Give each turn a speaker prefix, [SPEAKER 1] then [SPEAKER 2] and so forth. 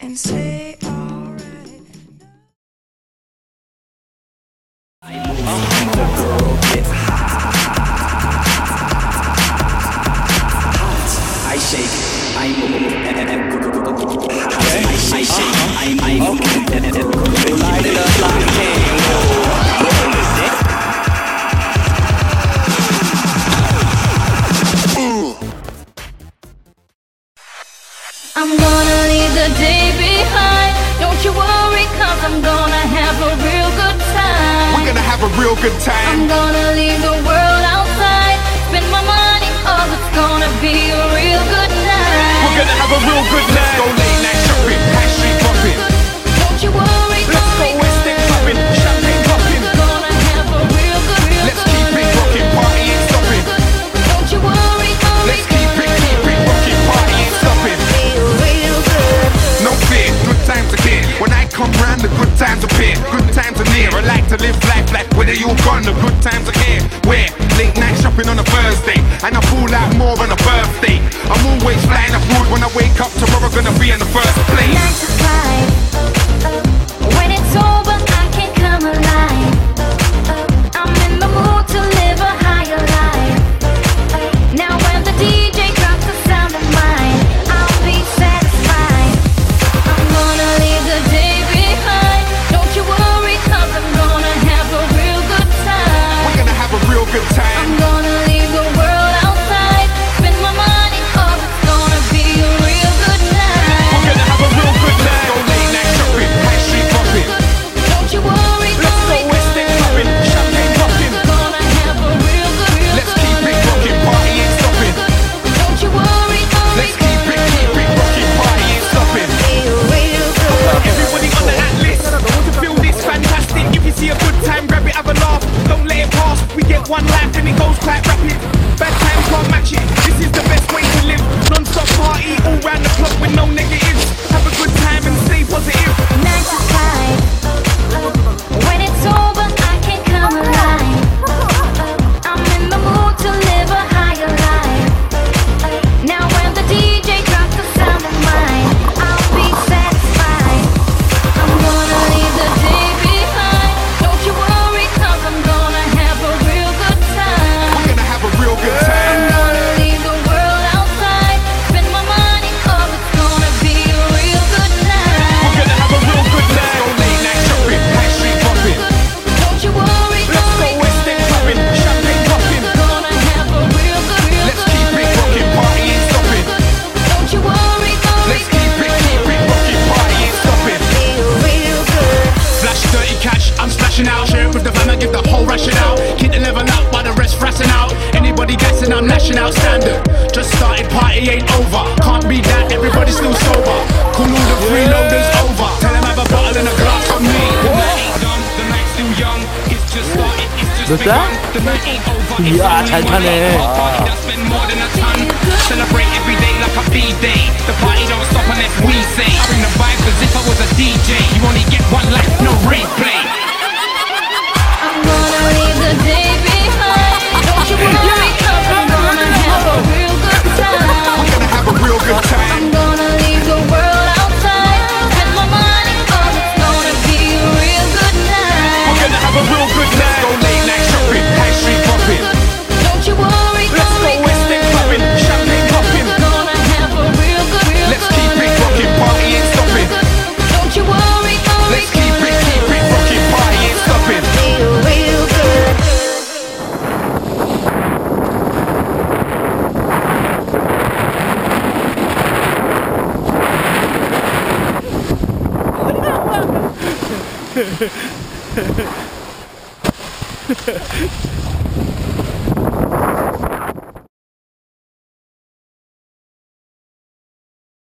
[SPEAKER 1] and say alright.
[SPEAKER 2] I'm gonna leave the day behind. Don't you worry, cause I'm gonna have a real good time.
[SPEAKER 3] We're gonna have a real good
[SPEAKER 2] I'm
[SPEAKER 3] time.
[SPEAKER 2] gonna leave the world outside. Spend my money, cause it's gonna be a real good
[SPEAKER 3] We're
[SPEAKER 2] night.
[SPEAKER 3] gonna have a real good night. Let's go late night shopping, high street clubbing.
[SPEAKER 2] Don't you worry,
[SPEAKER 3] Let's go West End clubbing, champagne popping.
[SPEAKER 2] I'm gonna have a real good, real
[SPEAKER 3] Let's
[SPEAKER 2] good
[SPEAKER 3] keep it rocking, party ain't stopping.
[SPEAKER 2] Don't you worry, worry,
[SPEAKER 3] Let's keep it, keep it rocking, party ain't stopping. No fear, good times are here. When I come round, the good times appear. Good times are near. I like to live life like whether you're gone, the good times are here. Where late night shopping on a Thursday, and I pull out more on a birthday. I'm always flying abroad when I wake up tomorrow, gonna be in the first place.
[SPEAKER 2] Nine to five. When it's over, I can come alive. I'm in the mood to live a higher life. Now when the DJ drops the sound of mine, I'll be satisfied. I'm gonna leave the day behind. Don't you worry, cause I'm gonna have a real good time.
[SPEAKER 3] We're gonna have a real good
[SPEAKER 2] I'm
[SPEAKER 3] time.
[SPEAKER 2] gonna leave the world outside. Spend my money, cause it's gonna be a real good
[SPEAKER 3] We're
[SPEAKER 2] night.
[SPEAKER 3] gonna have a real good night. Go late night shopping, high street popping.
[SPEAKER 2] Don't you worry,
[SPEAKER 3] Let's go
[SPEAKER 2] worry,
[SPEAKER 3] West End clubbing, champagne popping.
[SPEAKER 2] Gonna have a real good, real
[SPEAKER 3] Let's
[SPEAKER 2] good
[SPEAKER 3] keep it rocking, party ain't stopping.
[SPEAKER 2] Don't you worry, worry,
[SPEAKER 3] Let's keep it, keep it rocking, party ain't stopping. Everybody on the hat list, to feel this fantastic. If you see a good time, grab it, have a laugh. Don't let it pass. We get one life and it goes quite rapid. Bad times can't match it. This is the best way to live. Non-stop party all round the clock with no negatives. Have a good time and stay positive.
[SPEAKER 2] Nine to five. When it's over, I can come alive. I'm in the mood to live a higher life. Now when the DJ drops the sound of mine, I'll be satisfied. I'm gonna leave the day behind. Don't you worry, cause I'm gonna have a real good time.
[SPEAKER 3] We're gonna have a real good
[SPEAKER 2] I'm
[SPEAKER 3] time.
[SPEAKER 2] gonna leave the world outside. Spend my money, cause it's gonna be a real good
[SPEAKER 3] We're
[SPEAKER 2] night.
[SPEAKER 3] gonna have a real good night. Go late night shopping, high street popping.
[SPEAKER 2] Don't you worry,
[SPEAKER 3] Let's go
[SPEAKER 2] worry,
[SPEAKER 3] West End clubbing, champagne popping.
[SPEAKER 2] gonna have a real good, real
[SPEAKER 3] Let's
[SPEAKER 2] good
[SPEAKER 3] keep it rocking, party ain't stopping.
[SPEAKER 2] Don't you worry, worry,
[SPEAKER 3] Let's keep it, keep it rocking, party ain't stopping.
[SPEAKER 4] Flash dirty cash, I'm splashing out. Share it with the fam, I give the whole ration out. Keep the level up while the rest frassing out. Anybody guessing, I'm lashing out standard. Just started, party ain't over. Can't be that, everybody's still sober. Call all the freeloaders over. Tell them have a bottle and a glass on me. The night ain't done, the night's still young. It's just started, it's just begun. The night ain't over, it's
[SPEAKER 5] 야,
[SPEAKER 4] only
[SPEAKER 5] 잘
[SPEAKER 4] one
[SPEAKER 5] 타네.
[SPEAKER 4] night. Hard party that's been more than a ton. Celebrate every day like a B-day. The party don't stop unless we say. I bring the vibe as if I was a DJ. You only get one life, no replay.
[SPEAKER 2] I'm gonna leave the day behind. Don't you worry, cause I'm gonna have a real good time.
[SPEAKER 3] We're gonna have a real good time.
[SPEAKER 2] I'm gonna leave the world outside. Spend my money, cause it's gonna be a real good night.
[SPEAKER 3] We're gonna have a real good night. Go late night shopping, high street popping.
[SPEAKER 2] Don't you worry,
[SPEAKER 3] Let's go
[SPEAKER 2] worry,
[SPEAKER 3] West End clubbing, champagne popping.
[SPEAKER 2] gonna have a real good, real
[SPEAKER 3] Let's
[SPEAKER 2] good
[SPEAKER 3] keep it rocking, party ain't stopping.
[SPEAKER 2] Don't you worry, worry,
[SPEAKER 3] Let's keep it, keep it rocking, party ain't stopping.